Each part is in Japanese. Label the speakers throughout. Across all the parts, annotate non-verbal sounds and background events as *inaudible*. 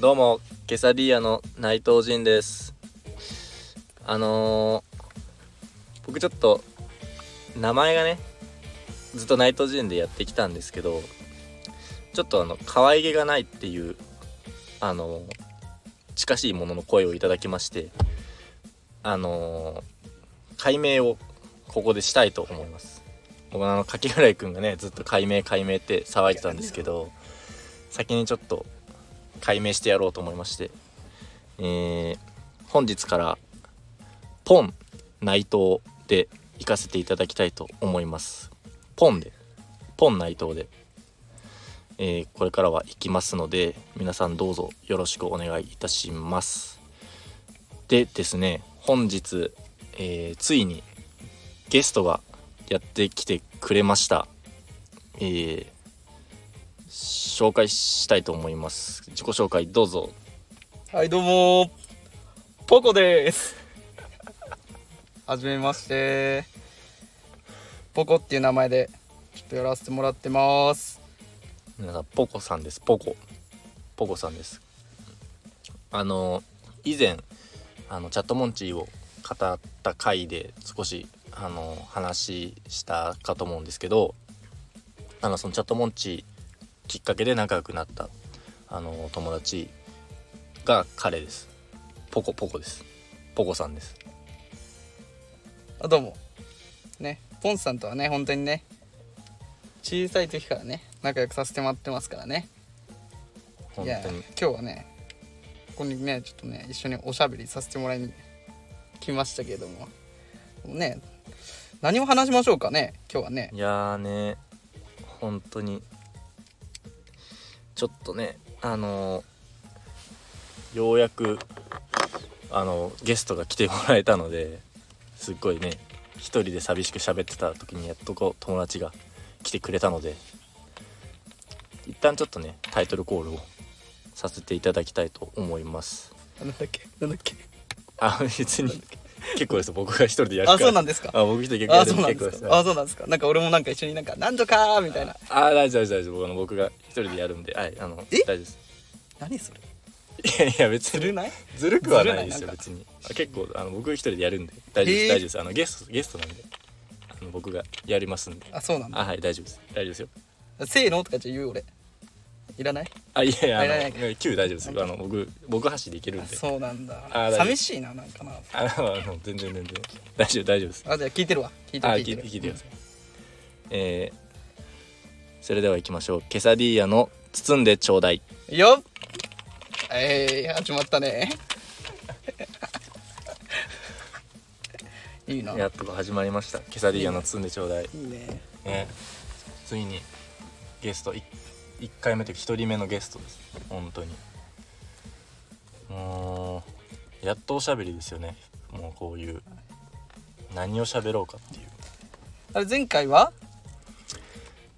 Speaker 1: どうもケサディアの内藤仁ですあのー僕ちょっと名前がねずっと内藤仁でやってきたんですけどちょっとあの可愛げがないっていうあのー近しいものの声をいただきましてあのー解明をここでしたいと思います僕あの柿原井くんがねずっと解明解明って騒いでたんですけど先にちょっと解明してやろうと思いまして、えー本日からポン内藤で行かせていただきたいと思いますポンでポン内藤で、えーこれからは行きますので皆さんどうぞよろしくお願いいたしますでですね本日、えーついにゲストがやってきてくれましたえー紹介したいと思います自己紹介どうぞ
Speaker 2: はい、どうもー。ポコです。はじめまして。ポコっていう名前で、ちょっとやらせてもらってます。
Speaker 1: 皆さんポコさんですポコポコさんですあの以前あのチャットモンチーを語った回で少しあの話したかと思うんですけどあのそのチャットモンチーきっかけで仲良くなったあの友達が彼ですポコポコですポコさんです
Speaker 2: あ、どうも。ね、ポンさんとはね、本当にね、小さい時からね、仲良くさせてもらってますからね。
Speaker 1: 本
Speaker 2: いや、
Speaker 1: 当に
Speaker 2: 今日はね、ここにね、ちょっとね、一緒におしゃべりさせてもらいに来ましたけれども。もうね、何を話しましょうかね、今日はね。
Speaker 1: いやーね本当にちょっとねあのーようやくあのゲストが来てもらえたのですっごいね一人で寂しく喋ってた時にやっとこう友達が来てくれたので一旦ちょっとねタイトルコールをさせていただきたいと思います
Speaker 2: なんだっけ、なんだっけ。
Speaker 1: あ別に結構です僕が一人でやるから
Speaker 2: あ、そうなんですか。
Speaker 1: あ僕一人で
Speaker 2: あ
Speaker 1: 結
Speaker 2: そう
Speaker 1: 構
Speaker 2: な
Speaker 1: で
Speaker 2: ん
Speaker 1: 結
Speaker 2: で
Speaker 1: 構
Speaker 2: す
Speaker 1: です
Speaker 2: か。あ、そうなんですか。なんか俺もなんか一緒になんか、なんとかーみたいな。
Speaker 1: あ大丈夫です大丈夫僕あの僕が一人でやるんではいあの
Speaker 2: え
Speaker 1: 大丈夫です
Speaker 2: 何それ。
Speaker 1: いやいや別
Speaker 2: ずる
Speaker 1: に
Speaker 2: ない。
Speaker 1: ずるくはないです
Speaker 2: ずるないなん
Speaker 1: よ別
Speaker 2: か
Speaker 1: にあ結構あの僕一人でやるんで大丈夫で
Speaker 2: へ
Speaker 1: す大
Speaker 2: え
Speaker 1: 丈夫ですあのゲストゲストなんであの僕がやりますんで
Speaker 2: あ、そうなん
Speaker 1: あ
Speaker 2: だ。
Speaker 1: はい大丈夫です大丈夫ですよ
Speaker 2: せーのとかじゃ言う俺。いらない。
Speaker 1: あいやいやあ
Speaker 2: あいらない
Speaker 1: の9大丈夫ですよあの僕僕箸でいけるん
Speaker 2: あ
Speaker 1: で
Speaker 2: そうなんだ
Speaker 1: あ大。丈夫
Speaker 2: 寂しいな、なんかな。
Speaker 1: あのあの全然全然大丈夫大丈夫です
Speaker 2: あ、じゃあ聞いてるわ。聞いて
Speaker 1: あ
Speaker 2: る。
Speaker 1: 聞いて聞いてくださいえーそれでは行きましょうケサディーヤの包んでちょうだい
Speaker 2: い。よっ。えー、始まったね。 *laughs* いいな。い
Speaker 1: やっと始まりましたケサディーヤの包んでちょうだい
Speaker 2: いね。
Speaker 1: ね、ついにゲスト 1, 回目というか1人目のゲストです本当にもうやっとおしゃべりですよねもうこういう何をしゃべろうかっていう
Speaker 2: あれ、前回は。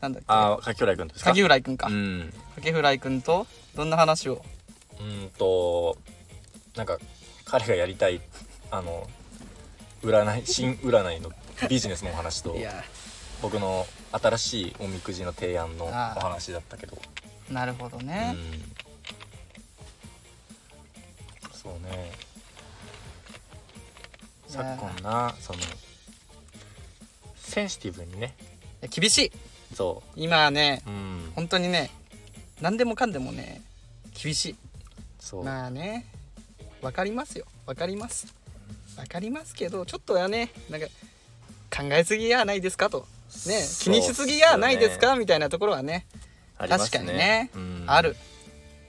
Speaker 2: なんだっけ。
Speaker 1: ああ柿浦君ですか
Speaker 2: 竹浦井くんか
Speaker 1: う。ん
Speaker 2: 竹浦井くんと。どんな話を。
Speaker 1: うんとなんか彼がやりたいあの占
Speaker 2: *laughs*
Speaker 1: い新占いのビジネスのお話と
Speaker 2: いや。
Speaker 1: 僕の新しいおみくじの提案のお
Speaker 2: あー
Speaker 1: 話だったけど
Speaker 2: なるほどね。
Speaker 1: うん、そうね
Speaker 2: いや
Speaker 1: 昨
Speaker 2: ー
Speaker 1: 今なそのセンシティブにね
Speaker 2: いや厳しい。
Speaker 1: そ
Speaker 2: 今はね
Speaker 1: ううん
Speaker 2: 本当にね何でもかんでもね厳しい
Speaker 1: そう、
Speaker 2: まあねわかりますよわかりますわかりますけどちょっとはねなんか考えすぎやないですかとね気にしすぎやないですか、みたいなところはね
Speaker 1: あります
Speaker 2: 確かにね
Speaker 1: うん
Speaker 2: ある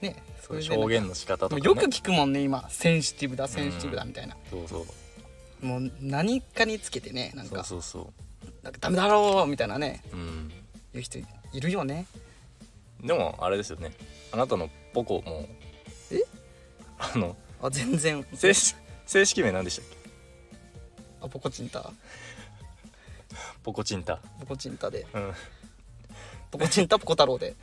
Speaker 2: ね
Speaker 1: そ
Speaker 2: れ
Speaker 1: う
Speaker 2: で
Speaker 1: 表現の仕方と
Speaker 2: も
Speaker 1: か、
Speaker 2: う
Speaker 1: ね、
Speaker 2: よく聞くもんね今センシティブだセンシティブだ
Speaker 1: うん
Speaker 2: みたいな
Speaker 1: そうそう
Speaker 2: もう何かにつけてねなん
Speaker 1: そう
Speaker 2: か
Speaker 1: そうそ
Speaker 2: なんかダメだろうみたいなね
Speaker 1: ううん
Speaker 2: 言う人いるよね
Speaker 1: でもあれですよねあなたのポコも
Speaker 2: え
Speaker 1: あの
Speaker 2: あ全然
Speaker 1: 正式正式名何でしたっけ
Speaker 2: あポコチンタ
Speaker 1: ポコチンタ
Speaker 2: ポコチンタで
Speaker 1: うん
Speaker 2: ポコチンタポコ太郎 *laughs* で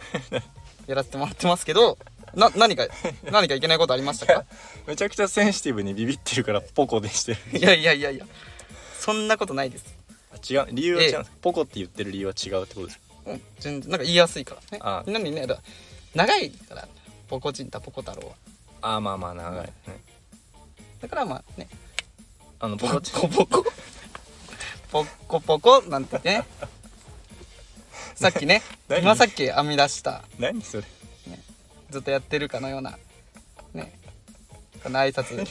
Speaker 2: やらせてもらってますけどな何か何かいけないことありました *laughs* か
Speaker 1: めちゃくちゃセンシティブにビビってるからポコでしてる
Speaker 2: いやいやいやいやそんなことないです、
Speaker 1: 違う理由は違うんです
Speaker 2: え
Speaker 1: ポコって言ってる理由は違うってことです
Speaker 2: うん、全然なんか言いやすいからね
Speaker 1: あ
Speaker 2: みんなにねだ長いからポコチンタポコ太郎は
Speaker 1: あーまあまあ長い、ね、
Speaker 2: だからまあね
Speaker 1: あのポ
Speaker 2: ポ
Speaker 1: コ
Speaker 2: コ
Speaker 1: チン
Speaker 2: ポコポコポコなんてねさっき *laughs* ね
Speaker 1: 何
Speaker 2: 今さっき編み出した
Speaker 1: 何それ
Speaker 2: ずっとやってるかのようなねこの挨拶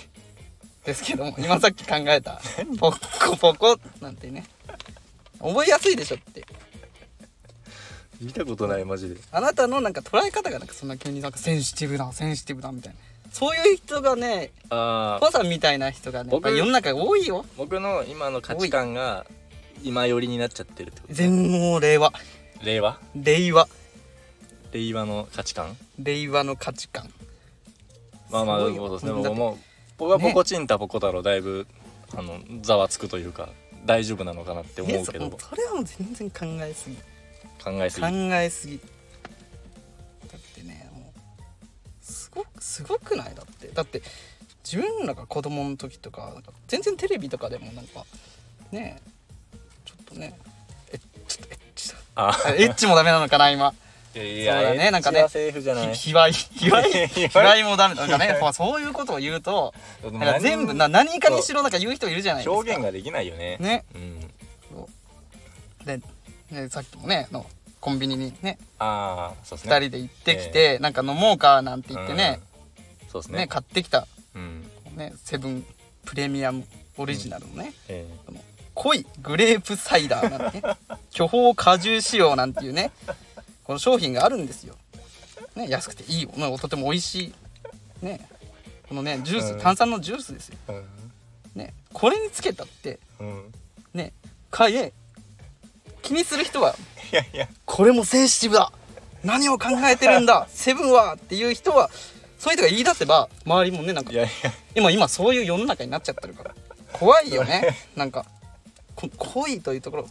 Speaker 2: ですけ
Speaker 1: *laughs*
Speaker 2: ども今さっき考えた「ポッコポコ」なんてね覚えやすいでしょって
Speaker 1: 見たことないマジで
Speaker 2: あなたのなんか捉え方がなんかそんな急になんかセンシティブだセンシティブだみたいなそういう人がね
Speaker 1: ああ
Speaker 2: コさんみたいな人がね、
Speaker 1: 僕
Speaker 2: まあ世の中多いよ
Speaker 1: 僕の今の価値観が今寄りになっちゃってるってこと
Speaker 2: 全盲令和
Speaker 1: 令和
Speaker 2: 令和
Speaker 1: 令和の価値観
Speaker 2: 令和の価値観
Speaker 1: まあまあ
Speaker 2: す
Speaker 1: そ
Speaker 2: ご
Speaker 1: う
Speaker 2: いよ
Speaker 1: ですね
Speaker 2: だって
Speaker 1: 僕も僕はポコチンタポコ太郎だいぶあのざわつくというか大丈夫なのかなって思
Speaker 2: ね
Speaker 1: う
Speaker 2: そ
Speaker 1: け
Speaker 2: も
Speaker 1: ど
Speaker 2: うそれはもう全然考えすぎ
Speaker 1: 考えす
Speaker 2: 考
Speaker 1: ぎ
Speaker 2: えすぎだってねもうすごくすごくないだってだって自分らが子供の時とかなんか全然テレビとかでもなんかねえちょっ
Speaker 1: *laughs*
Speaker 2: とねえちょっとエッチだ
Speaker 1: あ
Speaker 2: あエッチもダメなのかな今
Speaker 1: いやい
Speaker 2: そうだねなんかね
Speaker 1: エッチはセーフじゃない
Speaker 2: ひ卑猥卑
Speaker 1: *laughs*
Speaker 2: 猥
Speaker 1: 卑猥
Speaker 2: 卑猥もダメなんかねまあそういうことを言うとなんか全部な何かにしろなんか言う人いるじゃないですか
Speaker 1: 表現ができないよね
Speaker 2: ね
Speaker 1: うん
Speaker 2: でねさっきもねあのコンビニにね
Speaker 1: ああそうですね
Speaker 2: 2人で行ってきて、なんか飲もうかなんて言ってね、
Speaker 1: うんそうですね
Speaker 2: ね買ってきた
Speaker 1: うん
Speaker 2: ねセブンプレミアムオリジナルのね、
Speaker 1: ええ
Speaker 2: この濃いグレープサイダーなんてね巨峰果汁仕様なんていうねこの商品があるんですよ、ね、安くていいものとても美味しいねこのねジュース、
Speaker 1: うん
Speaker 2: 炭酸のジュースですよねこれにつけたって
Speaker 1: うんうん
Speaker 2: ね買え気にする人はい
Speaker 1: やいや
Speaker 2: これもセンシティブだ何を考えてるんだセブンはっていう人はそういう人が言い出せば周りもねなんか
Speaker 1: いやいや
Speaker 2: 今今そういう世の中になっちゃってるから怖いよ *laughs* ねなんかこ恋というところ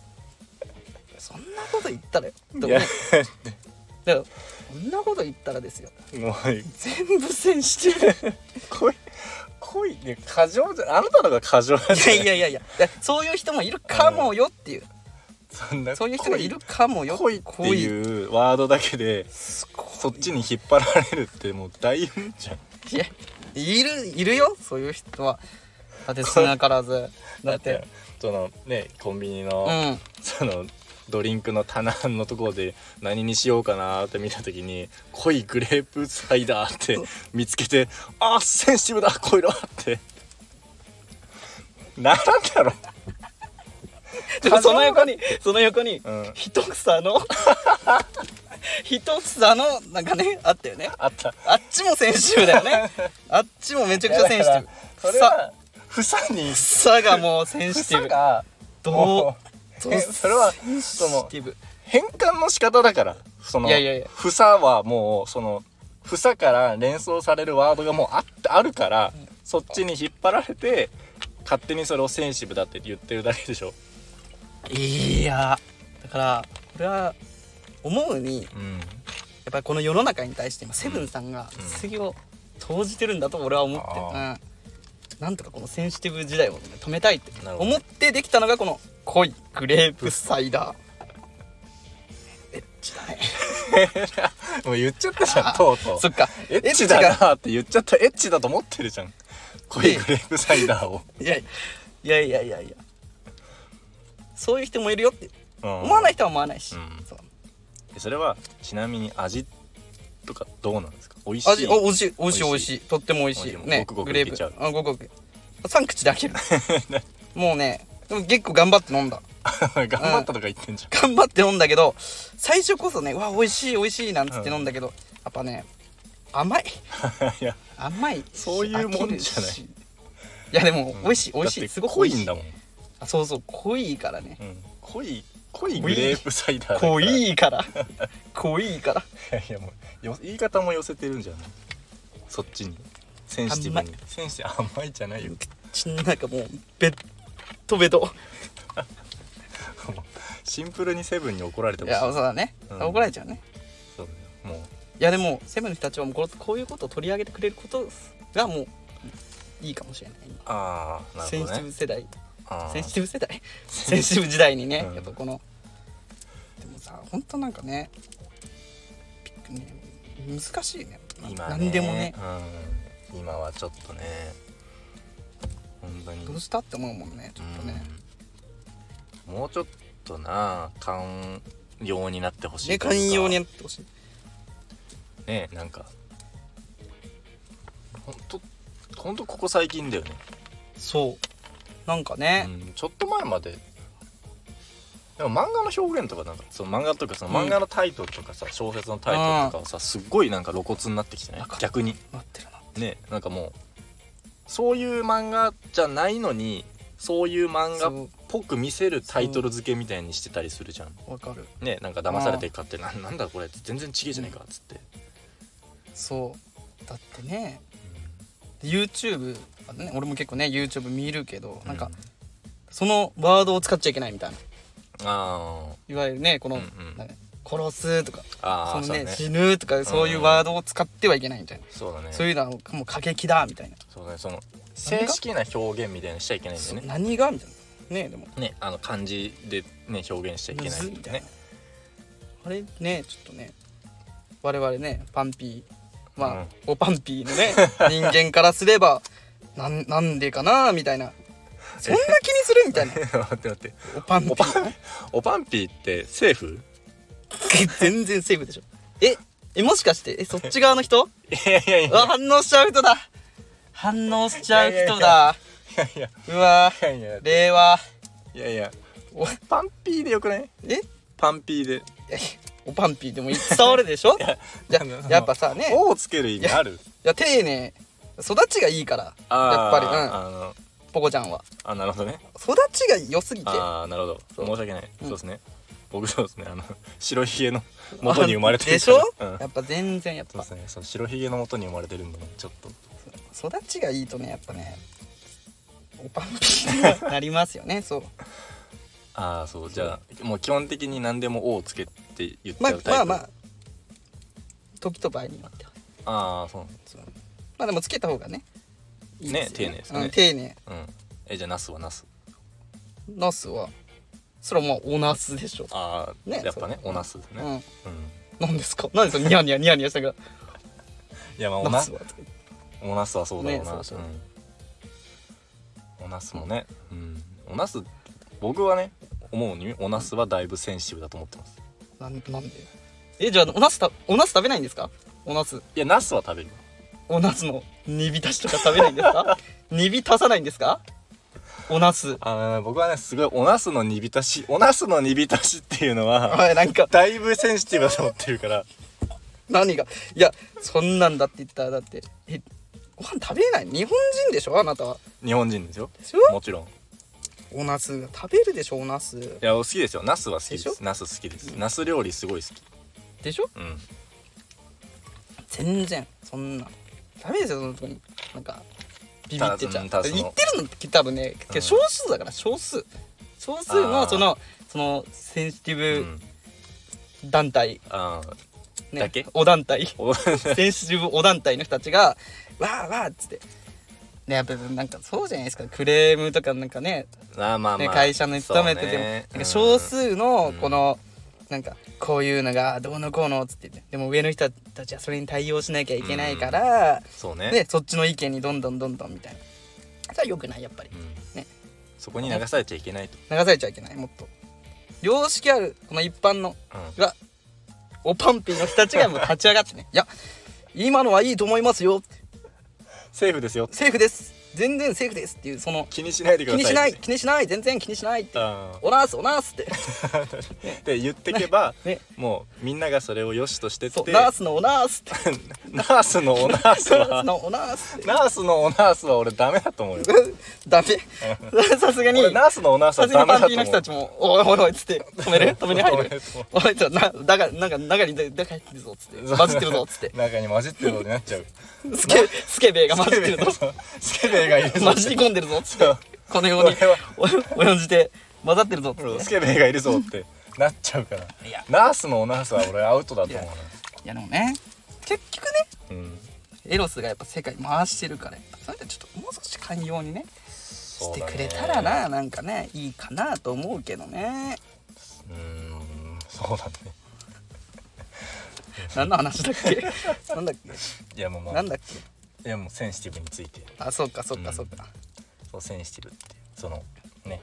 Speaker 2: そんなこと言ったらよでも
Speaker 1: いや
Speaker 2: ねだからそんなこと言ったらですよ
Speaker 1: もう
Speaker 2: 全部センシティ
Speaker 1: 恋恋ね過剰じゃあなたのが過剰だ
Speaker 2: ブ *laughs* いやいやいやいやいやそういう人もいるかもよっていう
Speaker 1: そんな
Speaker 2: そういう人がいるかもよ
Speaker 1: 恋恋って
Speaker 2: う
Speaker 1: いうワードだけでそっちに引っ張られるってもう大変じゃん
Speaker 2: いやいるいるよそういう人はだって少なからずだって
Speaker 1: そのねコンビニ
Speaker 2: う
Speaker 1: の、
Speaker 2: ん
Speaker 1: そのドリンクの棚のところで何にしようかなーって見た時に濃いグレープサイダーって見つけてあーセンシティブだこういうのってならんだろ
Speaker 2: でもその横にその横に
Speaker 1: うん
Speaker 2: 一房の *laughs* 一房のなんかねあったよね
Speaker 1: あった
Speaker 2: あっちもセンシティブだよねあっちもめちゃくちゃセンシティブ
Speaker 1: それは房に
Speaker 2: 房がもうセンシティ
Speaker 1: 房
Speaker 2: ブ
Speaker 1: が
Speaker 2: どう
Speaker 1: う
Speaker 2: どう
Speaker 1: えそれは
Speaker 2: センシティブ
Speaker 1: 変換の仕方だからその
Speaker 2: いやいやいや
Speaker 1: 房はもうその房から連想されるワードがもうあってあるから、そっちに引っ張られて勝手にそれをセンシブだって言ってるだけでしょ
Speaker 2: いやだからこれは思うにや
Speaker 1: うん
Speaker 2: っぱりこの世の中に対して今セブンさんが
Speaker 1: うん
Speaker 2: 失業を投じてるんだと俺は思ってる、
Speaker 1: あ
Speaker 2: うんなんとかこのセンシティブ時代をね、止めたいって
Speaker 1: なるほど
Speaker 2: 思ってできたのがこの濃いグレープサイダーエッチだね
Speaker 1: もう言っちゃったじゃん *laughs* とうとう
Speaker 2: *laughs* そっか
Speaker 1: エッチだなって言っちゃったエッチだと思ってるじゃん濃いグレープサイダーを、
Speaker 2: いやいやいやいやいやそういう人もいるよって
Speaker 1: うん
Speaker 2: 思わない人は思わないし、
Speaker 1: うん
Speaker 2: そう
Speaker 1: それはちなみに味とかどうなんですか美味しい
Speaker 2: 味お美味しい美味しい美
Speaker 1: 美
Speaker 2: 味
Speaker 1: 味
Speaker 2: し
Speaker 1: し
Speaker 2: いとっても美味しい
Speaker 1: 美味しい
Speaker 2: ね
Speaker 1: ごくごく
Speaker 2: グレー
Speaker 1: いけちゃう
Speaker 2: プあごくごく3口で開け
Speaker 1: *laughs*
Speaker 2: るもうねでも結構頑張って飲んだ
Speaker 1: *laughs* 頑張ったとか言ってんじゃん
Speaker 2: 頑張って飲んだけど最初こそねうわ美味しい美味しいなんつって飲んだけど、やっぱね甘い
Speaker 1: いや
Speaker 2: 甘い
Speaker 1: そういうもんじゃない
Speaker 2: 飽きるしいやでも *laughs* 美味しい美味し
Speaker 1: だ
Speaker 2: い
Speaker 1: って
Speaker 2: すごく
Speaker 1: 濃
Speaker 2: 美
Speaker 1: い
Speaker 2: 味し
Speaker 1: ん
Speaker 2: い
Speaker 1: だもん
Speaker 2: あそうそう濃いからね
Speaker 1: うん濃い濃いグレープサイダーだから
Speaker 2: 濃いから濃いから
Speaker 1: いやいやもうよ言い方も寄せてるんじゃないそっちにセンシティブにセンシティブ甘いじゃない *laughs* よ
Speaker 2: 口の中もうベッドベド
Speaker 1: もうシンプルにセブンに怒られて
Speaker 2: い
Speaker 1: ほしい
Speaker 2: やそうだね、
Speaker 1: うん
Speaker 2: 怒られちゃうね
Speaker 1: そうだよも
Speaker 2: いやでもセブンの人たちはもうこれこういうことを取り上げてくれることがもういいかもしれない、
Speaker 1: うああな
Speaker 2: セ
Speaker 1: る
Speaker 2: ン
Speaker 1: ほ
Speaker 2: シ
Speaker 1: ど
Speaker 2: ティブ
Speaker 1: ね
Speaker 2: 世代
Speaker 1: あー
Speaker 2: センシティブ世代センシティブ時代にね、
Speaker 1: うん
Speaker 2: やっぱこのでもさほんとなんかねびっくりね難しいねな
Speaker 1: 今ね
Speaker 2: 何でもね
Speaker 1: うん今はちょっとね本当に
Speaker 2: どうしたって思うもんねちょっとね、
Speaker 1: うんもうちょっとな寛容になってほしい
Speaker 2: ね
Speaker 1: というか
Speaker 2: 寛容にやってほしい
Speaker 1: ねなんかほんとほんとここ最近だよね、
Speaker 2: そうなんか
Speaker 1: う
Speaker 2: ね、
Speaker 1: ん、ちょっと前まででも漫画の表現とかなんかその漫画とかその漫画のタイトルとかさ、小説のタイトルとかはさすっごいなんか露骨になってきてない
Speaker 2: わかる
Speaker 1: 逆に
Speaker 2: なってるな
Speaker 1: ねなんかもうそういう漫画じゃないのにそういう漫画っ
Speaker 2: そ
Speaker 1: ぽく見せるタイトル付けみたいにしてたりするじゃん
Speaker 2: うわかる
Speaker 1: ねなんか騙されて買ってななんだこれ全然ちげえじゃねえかっつって、
Speaker 2: そうだってね YouTube あのね俺も結構ね YouTube 見るけどなんかそのワードを使っちゃいけないみたいな
Speaker 1: あ
Speaker 2: いわゆるねこの、
Speaker 1: うんうん
Speaker 2: なんか殺すとか
Speaker 1: ーあー
Speaker 2: その
Speaker 1: そうだ
Speaker 2: ね
Speaker 1: ね
Speaker 2: 死ぬとかそういうワードを使ってはいけないみたいな、
Speaker 1: そうだね
Speaker 2: そういうのはもう過激だみたいな、
Speaker 1: そうだねその正式な表現みたいにしちゃいけないんだよ
Speaker 2: そう
Speaker 1: ね
Speaker 2: 何がみたいなねでも
Speaker 1: ねあの漢字でね表現しちゃいけ
Speaker 2: む
Speaker 1: ない
Speaker 2: ず
Speaker 1: ん
Speaker 2: み
Speaker 1: だよ
Speaker 2: たい
Speaker 1: ね
Speaker 2: なあれねちょっとね我々ねパンピーまあ、
Speaker 1: うん
Speaker 2: おパンピー
Speaker 1: *laughs*
Speaker 2: のね人間からすればなんなんでかなみたいなそんな気にするみたいな
Speaker 1: 待って待って
Speaker 2: おパンピ
Speaker 1: おパ
Speaker 2: ー
Speaker 1: おパンピーってセーフ
Speaker 2: 全然セーフでしょええもしかしてえそっち側の人
Speaker 1: いやいやいやいう
Speaker 2: わ反応しちゃう人だ反応しちゃう
Speaker 1: い
Speaker 2: 人
Speaker 1: やいや
Speaker 2: だ
Speaker 1: やいや
Speaker 2: うわ
Speaker 1: いやいや
Speaker 2: 令和
Speaker 1: いやいや
Speaker 2: お
Speaker 1: パンピーでよくない
Speaker 2: え
Speaker 1: パンピーで
Speaker 2: おパンピーでも伝わるでしょじゃ
Speaker 1: なんだその
Speaker 2: やっぱさね
Speaker 1: 「お」をつける意味ある
Speaker 2: いや丁寧育ちがいいからやっ
Speaker 1: あ
Speaker 2: ぱ
Speaker 1: ー
Speaker 2: りうん
Speaker 1: あの
Speaker 2: ポコちゃんは
Speaker 1: あなるほどね
Speaker 2: 育ちが良すぎて
Speaker 1: ああなるほど
Speaker 2: そう
Speaker 1: 申し訳ない、
Speaker 2: うん
Speaker 1: そうですね僕そうですねあの白ひげの元に生まれてる
Speaker 2: でしょ、
Speaker 1: うん
Speaker 2: やっぱ全然やっ
Speaker 1: そう
Speaker 2: ぱ
Speaker 1: ですねその白ひげの元に生まれてるんでねちょっと
Speaker 2: 育ちがいいとねやっぱ
Speaker 1: *laughs*
Speaker 2: ねおパンピーになりますよねそう
Speaker 1: ああそうじゃあもう基本的に何でも「お」をつけって言っち
Speaker 2: ま
Speaker 1: ゃ
Speaker 2: あ
Speaker 1: うタイプ、
Speaker 2: まあまあ時と場合によっては
Speaker 1: ああそう
Speaker 2: そうまあでもつけた方がねいいですよ
Speaker 1: ね丁寧ですかね
Speaker 2: うん、丁寧
Speaker 1: うんえじゃあナスはナス
Speaker 2: ナスはそれはもうおナスでしょ
Speaker 1: ああ、
Speaker 2: ね
Speaker 1: やっぱね
Speaker 2: そう
Speaker 1: おナスですね
Speaker 2: うん
Speaker 1: うん、
Speaker 2: 何ですか何ですかニヤニヤニヤニヤしたが
Speaker 1: いやまあお
Speaker 2: ナ
Speaker 1: な
Speaker 2: スはつけ
Speaker 1: おナスはそうだろう
Speaker 2: ね
Speaker 1: な、
Speaker 2: そうそう
Speaker 1: うんおナスもねうんおナス僕はね思うにおナスはだいぶセンシティブだと思ってます
Speaker 2: なんなんでえじゃあおナスたおナス食べないんですかおナス
Speaker 1: いやナスは食べる
Speaker 2: おナスの煮浸しとか食べないんです *laughs* か煮浸さないんですかおナス
Speaker 1: あのね僕はねすごいおナスの煮浸しおナスの煮浸しっていうのは
Speaker 2: はいなんか
Speaker 1: *laughs* だいぶセンシティブだと思ってるから
Speaker 2: 何がいやそんなんだって言ったらだってえご飯食べれない日本人でしょあなたは
Speaker 1: 日本人ですよ
Speaker 2: でしょ
Speaker 1: もちろんい
Speaker 2: おナス食べるでしょおナス
Speaker 1: や好きですよナスは好きで
Speaker 2: でし
Speaker 1: すナス好きですナス料理すごい好き
Speaker 2: でしょ
Speaker 1: うん
Speaker 2: 全然そんなダメですよその時になんかビビってちゃう
Speaker 1: ただそのただその
Speaker 2: 言ってるのって多分ね
Speaker 1: うん
Speaker 2: 少数だから少数少数
Speaker 1: あ
Speaker 2: の
Speaker 1: ー
Speaker 2: そのそのセンシテ
Speaker 1: う
Speaker 2: ィ
Speaker 1: ん
Speaker 2: ブ団体、
Speaker 1: あー
Speaker 2: ね
Speaker 1: だけ
Speaker 2: お団体
Speaker 1: お *laughs*
Speaker 2: センシティブお団体の人たちが「わーわー」っつって。ね、やっぱなんかそうじゃないですかクレームとかなんかね,、
Speaker 1: まあまあ
Speaker 2: ね
Speaker 1: まあ
Speaker 2: 会社に勤めて
Speaker 1: そ
Speaker 2: て
Speaker 1: う
Speaker 2: も、
Speaker 1: ね
Speaker 2: なんか少
Speaker 1: うん
Speaker 2: 数のこの、なんかこういうのがどうのこうのっつってでも上の人たちはそれに対応しなきゃいけないから、
Speaker 1: そうね
Speaker 2: ね、そっちの意見にどんどんどんどんみたいなそれはよくないやっぱり
Speaker 1: うん
Speaker 2: ね
Speaker 1: そこに流されちゃいけないと
Speaker 2: 流されちゃいけないもっと良識あるこの一般の
Speaker 1: うん
Speaker 2: がおパンピーの人たちがもう立ち上がってね「いや今のはいいと思いますよ」
Speaker 1: セーフですよ
Speaker 2: セーフです全然セーフですっていうその
Speaker 1: 気にしないでく
Speaker 2: 気
Speaker 1: ださい
Speaker 2: にしない気にしない全然気にしないっ
Speaker 1: *laughs*
Speaker 2: て
Speaker 1: あ
Speaker 2: おナースおナースって
Speaker 1: ーって言ってけば
Speaker 2: ね
Speaker 1: もうみんながそれを良しとしてって
Speaker 2: そうナースのおナースっ
Speaker 1: *laughs*
Speaker 2: て
Speaker 1: ナースのおナース
Speaker 2: ナー
Speaker 1: は
Speaker 2: *laughs* スのおナースって
Speaker 1: ナースのおナースは俺ダメだと思うよ
Speaker 2: ダメ *laughs* さすがに
Speaker 1: 俺ナースのおナース
Speaker 2: さ
Speaker 1: は
Speaker 2: すが
Speaker 1: ダ
Speaker 2: に
Speaker 1: メ
Speaker 2: パ
Speaker 1: だ
Speaker 2: ン
Speaker 1: と
Speaker 2: ピ
Speaker 1: 思
Speaker 2: ーの
Speaker 1: う
Speaker 2: 人たちも「おいおいおい」っつって止
Speaker 1: *laughs*
Speaker 2: める止めに入るおいちょなだがなんか中に出てるぞっつって混じってるぞっ
Speaker 1: *laughs*
Speaker 2: つって
Speaker 1: 中に混じってることになっちゃう
Speaker 2: スケスケベが混じってるぞ
Speaker 1: スケベがいるぞ
Speaker 2: 混じり込んでるぞっつってこのように
Speaker 1: 俺は
Speaker 2: お及んじて混ざってるぞっつって
Speaker 1: スケベがいるぞってなっちゃうから
Speaker 2: いや
Speaker 1: ナースのおナースは俺アウトだと思う
Speaker 2: いやでもね結局ね
Speaker 1: なうん
Speaker 2: エロスがやっぱ世界回してるからやっぱそれでちょっともう少し寛容にね
Speaker 1: し
Speaker 2: してくれたらななんかねいいかなと思うけど
Speaker 1: *laughs*
Speaker 2: ね
Speaker 1: うーんそうだね
Speaker 2: 何の話だっけなんだっ
Speaker 1: *laughs*
Speaker 2: け
Speaker 1: いやもうまあ
Speaker 2: なんだっけ
Speaker 1: いやもうセンシティブについて
Speaker 2: あそうかそうか
Speaker 1: うん
Speaker 2: そうか、
Speaker 1: そのセンシティブっていうそのね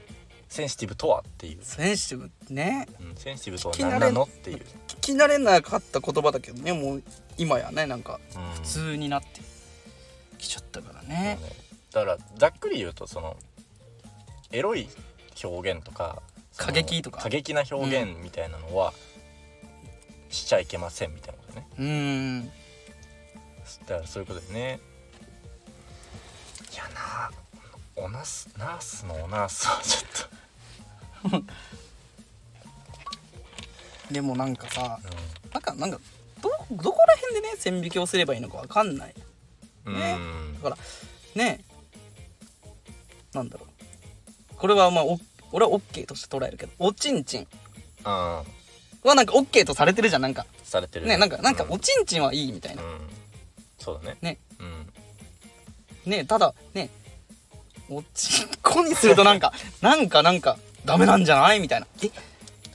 Speaker 1: センシティブとはっていう、
Speaker 2: センシティブね
Speaker 1: うん、センシティブとは何なのっていう、
Speaker 2: 聞き慣れなかった言葉だけどねもう今やねなんか
Speaker 1: うん
Speaker 2: 普通になってきちゃったから
Speaker 1: そう
Speaker 2: ね
Speaker 1: ねだからざっくり言うとそのエロい表現とかその
Speaker 2: 過激とか
Speaker 1: 過激な表現みたいなのは、しちゃいけませんみたいなことね
Speaker 2: うーん
Speaker 1: だからそういうことだよねいやなおナスナースのおナースはちょっ
Speaker 2: でもなんかさ
Speaker 1: と
Speaker 2: なんかなんかどどこら辺でね線引きをすればいいのかわかんない
Speaker 1: うん、
Speaker 2: ね
Speaker 1: うん
Speaker 2: だからねえなんだろうこれはまあお俺は OK として捉えるけどおちんちん
Speaker 1: ああ
Speaker 2: はなんか OK とされてるじゃんなんか
Speaker 1: されてる
Speaker 2: ねなんかなんか
Speaker 1: う
Speaker 2: おちんちんはいいみたいな
Speaker 1: うんそうだね
Speaker 2: ね
Speaker 1: うん
Speaker 2: ねただねおちんこにするとなんか *laughs* なんかなんかダメなんじゃないみたいなえ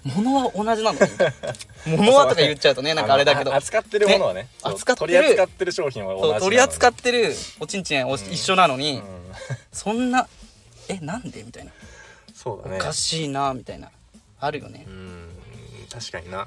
Speaker 2: 物は同じ
Speaker 1: *laughs*
Speaker 2: なのみたいな物はとか言っちゃうとねなんかあれだけど
Speaker 1: の扱ってるものはねそう
Speaker 2: 扱ってる
Speaker 1: 取り扱ってる商品は同じなの
Speaker 2: そう
Speaker 1: に
Speaker 2: 取り扱ってるおちんちんお
Speaker 1: ん
Speaker 2: 一緒なの
Speaker 1: う
Speaker 2: に、
Speaker 1: ん
Speaker 2: そんなえなんでみたいな
Speaker 1: そうだ
Speaker 2: お
Speaker 1: ね
Speaker 2: かしいなみたいなあるよね
Speaker 1: うん確かにな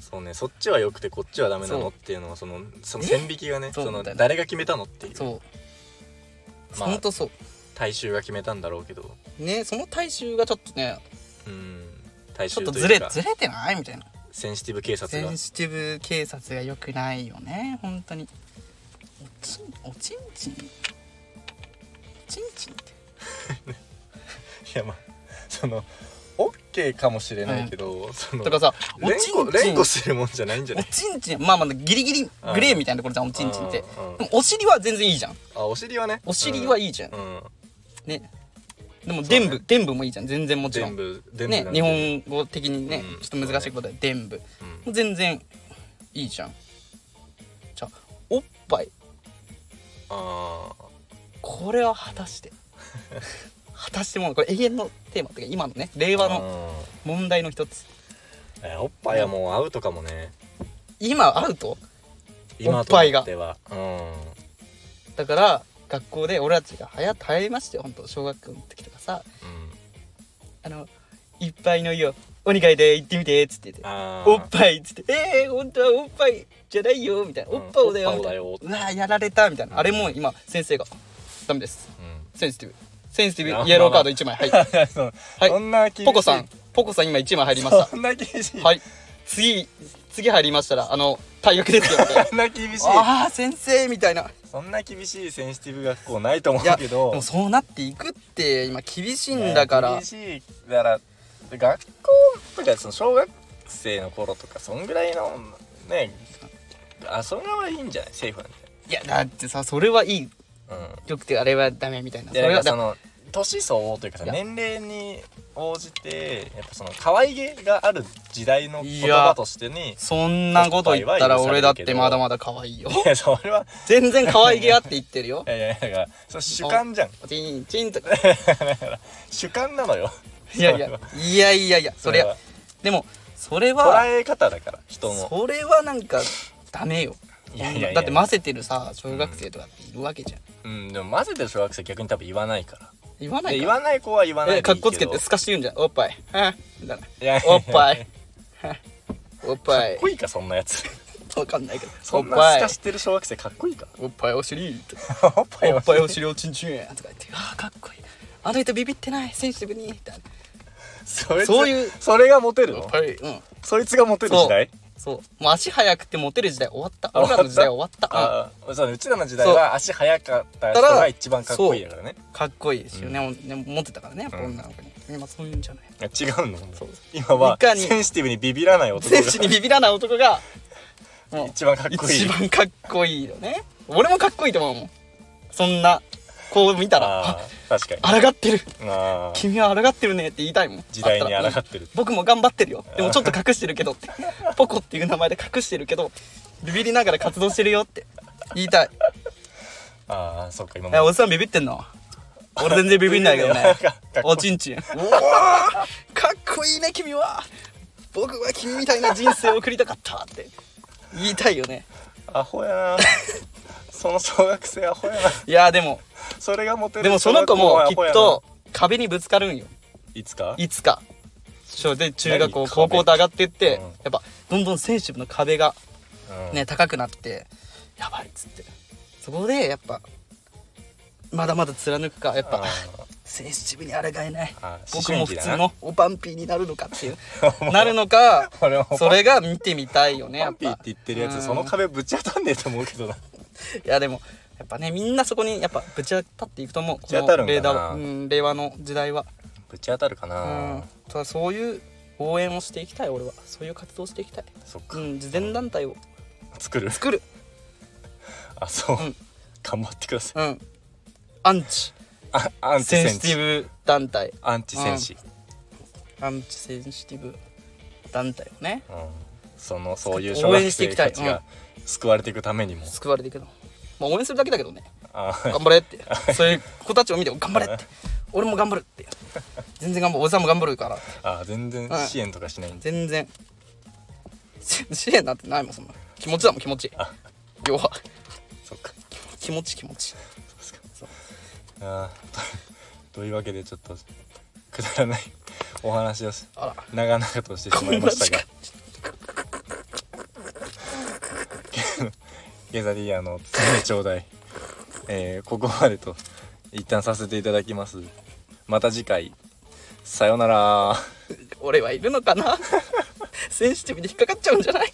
Speaker 1: そうねそっちは良くてこっちはダメな
Speaker 2: そ
Speaker 1: の
Speaker 2: う
Speaker 1: っていうのはそのその
Speaker 2: え
Speaker 1: 線引きがね
Speaker 2: そう
Speaker 1: その
Speaker 2: みたいな
Speaker 1: 誰が決めたのっていう
Speaker 2: そう、
Speaker 1: まあ
Speaker 2: ほんとそ
Speaker 1: 大衆が決めたんだろうけど
Speaker 2: うねその大衆がちょっとね
Speaker 1: うん大
Speaker 2: ちょ
Speaker 1: 衆
Speaker 2: っと
Speaker 1: と
Speaker 2: ず
Speaker 1: いう
Speaker 2: れ
Speaker 1: か
Speaker 2: ずれてないみたいな
Speaker 1: センシティブ警察
Speaker 2: セ
Speaker 1: が
Speaker 2: ンシティブ警察が良くないよね本当におちんおちんちんおちんちんって
Speaker 1: いやまあそのオッケーかもしれないけどその
Speaker 2: だからさお
Speaker 1: 連
Speaker 2: ち
Speaker 1: 呼
Speaker 2: んち
Speaker 1: 連
Speaker 2: ん
Speaker 1: 呼するもんじゃないんじゃな
Speaker 2: お
Speaker 1: い
Speaker 2: ちんちんまあまあギリギリグレーみたいなところじゃんおちんちんって
Speaker 1: うんうんうん
Speaker 2: でもお尻は全然いいじゃん
Speaker 1: あお尻はね
Speaker 2: お尻はいいじゃん、
Speaker 1: うん
Speaker 2: ねでも
Speaker 1: そうね
Speaker 2: 伝部伝部もいいじゃん全然もちろ
Speaker 1: 全
Speaker 2: ん
Speaker 1: 部全部
Speaker 2: ね
Speaker 1: なんで
Speaker 2: 日本語的にね、
Speaker 1: うん
Speaker 2: ちょっと難しいことで伝部
Speaker 1: うん
Speaker 2: 全然いいじゃんじゃあおっぱい
Speaker 1: ああ
Speaker 2: これは果たして *laughs* 果たしてもうこれ永遠のテーマっていうか今のね令和の問題の一つ
Speaker 1: えおっぱいはもうアウトかもね
Speaker 2: 今アウト
Speaker 1: 今となってはうん
Speaker 2: だから学校で俺たちが流行流行りまして本当小学校の時とかさ
Speaker 1: うん
Speaker 2: 「あのいっぱいの湯をお願いで行ってみて」っつってて
Speaker 1: あー
Speaker 2: おっぱいっつって「えー、本当はおっぱいじゃないよ」みたいな「
Speaker 1: うん
Speaker 2: おっぱいをだよ」
Speaker 1: おっ
Speaker 2: み
Speaker 1: ぱ
Speaker 2: た
Speaker 1: い
Speaker 2: いな
Speaker 1: を *laughs*
Speaker 2: 「うわーやられた」みたいな、
Speaker 1: うん
Speaker 2: あれも今先生が「ダメです
Speaker 1: う
Speaker 2: センシティブセンシティ
Speaker 1: あ
Speaker 2: ブイエローカード1枚はい」
Speaker 1: んそう
Speaker 2: はい
Speaker 1: そんな厳しい
Speaker 2: ポコさんポコさん今1枚入りました
Speaker 1: そんな厳しい
Speaker 2: はい。次、次入りましたら、あの、退学ですよ。
Speaker 1: そんな厳しい
Speaker 2: *laughs* ああ、先生みたいな。
Speaker 1: そんな厳しいセンシティブ学校ないと思
Speaker 2: いや、
Speaker 1: うけ
Speaker 2: で
Speaker 1: ど
Speaker 2: もそうなっていくって、今厳しいんだか
Speaker 1: いや
Speaker 2: ら
Speaker 1: 厳。しいだから学校とかその小学生の頃とかそんぐらいのねあそんぐらいはいいんじゃないセーフなんじ
Speaker 2: いや、だってさ、それはいい。
Speaker 1: ゃないうん
Speaker 2: よくて、あれはダメみたいな。そ
Speaker 1: で
Speaker 2: れ
Speaker 1: なん
Speaker 2: は
Speaker 1: かそ
Speaker 2: だ。
Speaker 1: の年相応というかさ
Speaker 2: いや
Speaker 1: 年齢に応じてやっぱその可愛げがある時代の
Speaker 2: い
Speaker 1: 言
Speaker 2: や
Speaker 1: 葉としてに
Speaker 2: そんなこと言ったら、俺だってまだまだ可愛いよ。
Speaker 1: いやそれは
Speaker 2: 全然可愛げあって言ってるよ *laughs*
Speaker 1: い。やいやだからそれ主観じゃん
Speaker 2: チンチン *laughs* とか。
Speaker 1: 主観なのよ
Speaker 2: い *laughs* やいや、いやいやいや、そり
Speaker 1: は
Speaker 2: ゃ。でも、それ
Speaker 1: 捉
Speaker 2: は、
Speaker 1: え方だから人の
Speaker 2: それはなんか、ダメよ。
Speaker 1: いやいやいやいや
Speaker 2: だって混ぜてるさ、小学生とかっているわけじゃん。
Speaker 1: うんでも混ぜてる小学生逆に多分言わないから
Speaker 2: 言わない
Speaker 1: で
Speaker 2: か
Speaker 1: 言
Speaker 2: ら
Speaker 1: わない子は言わないでい
Speaker 2: え
Speaker 1: いけど
Speaker 2: かっこつけてすかして言うんじゃんおっぱいはぁみたいない
Speaker 1: やいやいや
Speaker 2: おっぱいはぁおっぱ
Speaker 1: か
Speaker 2: い
Speaker 1: っこいいかそんなやつ
Speaker 2: わかんないけど
Speaker 1: そ
Speaker 2: おっ
Speaker 1: んな
Speaker 2: ぱ
Speaker 1: す
Speaker 2: い
Speaker 1: かしてる小学生かっこいいか
Speaker 2: おっぱいお尻と
Speaker 1: *laughs*
Speaker 2: か
Speaker 1: おっぱい
Speaker 2: お
Speaker 1: は
Speaker 2: っぱいお尻おちんちんとか言ってあーかっこいいあの人ビビってないセンシティブにみたいな
Speaker 1: それ
Speaker 2: そういう
Speaker 1: それがモテる
Speaker 2: お
Speaker 1: の
Speaker 2: っぱいうん
Speaker 1: そいつがモテる時代
Speaker 2: そうもう足速くてモテる時代終わった俺らの時代終わった
Speaker 1: ああそうねうちらの時代は足速かった人が一番かっこいいだからね
Speaker 2: うんかっこいいですよねねモテたからねやっぱ女の子に今そういうんじゃない
Speaker 1: いや違うの今はい
Speaker 2: かに
Speaker 1: センシティブにビビらない男
Speaker 2: センシに
Speaker 1: が
Speaker 2: ビビらない男
Speaker 1: *laughs*
Speaker 2: がもう
Speaker 1: 一番かっこいい
Speaker 2: 一番かっこいいよね俺もかっこいいと思うもんそんなこう見たら
Speaker 1: ああ確かに
Speaker 2: あ抗ってる
Speaker 1: ああ
Speaker 2: 君は抗ってるねって言いたいもん
Speaker 1: 時代に
Speaker 2: あ
Speaker 1: 抗
Speaker 2: たら
Speaker 1: ってる
Speaker 2: うん僕も頑張ってるよでもちょっと隠してるけどってポコっていう名前で隠してるけどビビりながら活動してるよって言いたい
Speaker 1: ああそっか今
Speaker 2: えおっさんビビってんの
Speaker 1: *laughs*
Speaker 2: 俺全然ビビんないけどね
Speaker 1: かっこいい
Speaker 2: おちんちんうわーかっこいいね君は僕は君 *laughs* みたいな人生を送りたかったって言いたいよね
Speaker 1: アホやなその小学生アホやない
Speaker 2: やでも
Speaker 1: それがモテる
Speaker 2: でもその子もき
Speaker 1: 小学校はア
Speaker 2: っ
Speaker 1: ホやな
Speaker 2: と壁にぶつかるんよ
Speaker 1: いつか
Speaker 2: いつかそうで中学校
Speaker 1: 何
Speaker 2: 高校と上がってって、
Speaker 1: うん
Speaker 2: やっぱどんどん選手の壁が
Speaker 1: うん
Speaker 2: ね高くなってやばいっつってそこでやっぱまだまだ貫くかやっ
Speaker 1: あ
Speaker 2: ぱセンシティブに抗えない
Speaker 1: あ
Speaker 2: 僕
Speaker 1: 思
Speaker 2: も
Speaker 1: 春
Speaker 2: 普
Speaker 1: 期だ
Speaker 2: 通
Speaker 1: な
Speaker 2: のおパンピーになるのかっていう
Speaker 1: *laughs*
Speaker 2: なるのか
Speaker 1: 俺も
Speaker 2: それが見てみたいよね
Speaker 1: パ
Speaker 2: や
Speaker 1: ン
Speaker 2: っ
Speaker 1: ピーっ
Speaker 2: ぱ
Speaker 1: て言ってるや
Speaker 2: う
Speaker 1: つ
Speaker 2: ん
Speaker 1: その壁ぶち当たんねえと思うけどない
Speaker 2: やでもやっぱねみんなそこにやっぱぶち当たっていくと思うこ
Speaker 1: ち当たる
Speaker 2: の
Speaker 1: んかな
Speaker 2: 令和うん令和の時代は
Speaker 1: ぶち当たるか
Speaker 2: う
Speaker 1: なん
Speaker 2: ただそういう応援をしていきたい俺はそういう活動をしていきたい
Speaker 1: そっ
Speaker 2: う
Speaker 1: か
Speaker 2: ん慈善団体を
Speaker 1: 作る
Speaker 2: 作る
Speaker 1: あそう
Speaker 2: うん
Speaker 1: 頑張ってください
Speaker 2: うんアンチ
Speaker 1: あアンチ
Speaker 2: セン
Speaker 1: 戦
Speaker 2: シティ
Speaker 1: 士
Speaker 2: ブ団体
Speaker 1: アンチ戦士
Speaker 2: アンチセンシティブ団体をね
Speaker 1: うんそのそういう
Speaker 2: ちょ
Speaker 1: 小
Speaker 2: っと応
Speaker 1: 学
Speaker 2: 援してい
Speaker 1: 生
Speaker 2: きた
Speaker 1: た
Speaker 2: い
Speaker 1: ちが救われていくためにも
Speaker 2: 救われていくの、まあ、応援するだけだけどね
Speaker 1: あ
Speaker 2: 頑張れってそういう子たちを見て頑張れって俺も頑張るって全然頑張るおじさんも頑張るか
Speaker 1: *laughs*
Speaker 2: ら
Speaker 1: あ全然
Speaker 2: はい
Speaker 1: 支援とかしないんで
Speaker 2: 全然し支援なんてないもんそんな気持ちだもん気持ち
Speaker 1: あ
Speaker 2: 要は
Speaker 1: そっか
Speaker 2: 気持ち気持ち
Speaker 1: そうっすかあーとという *laughs* わけでちょっとくだらないお話をし
Speaker 2: あら
Speaker 1: 長々としてしまいましたが *laughs* ゲザリーアのつめちょうだい、えーここまでと一旦させていただきますまた次回さようなら
Speaker 2: *laughs* 俺はいるのかなセンシティブに引っかかっちゃうんじゃない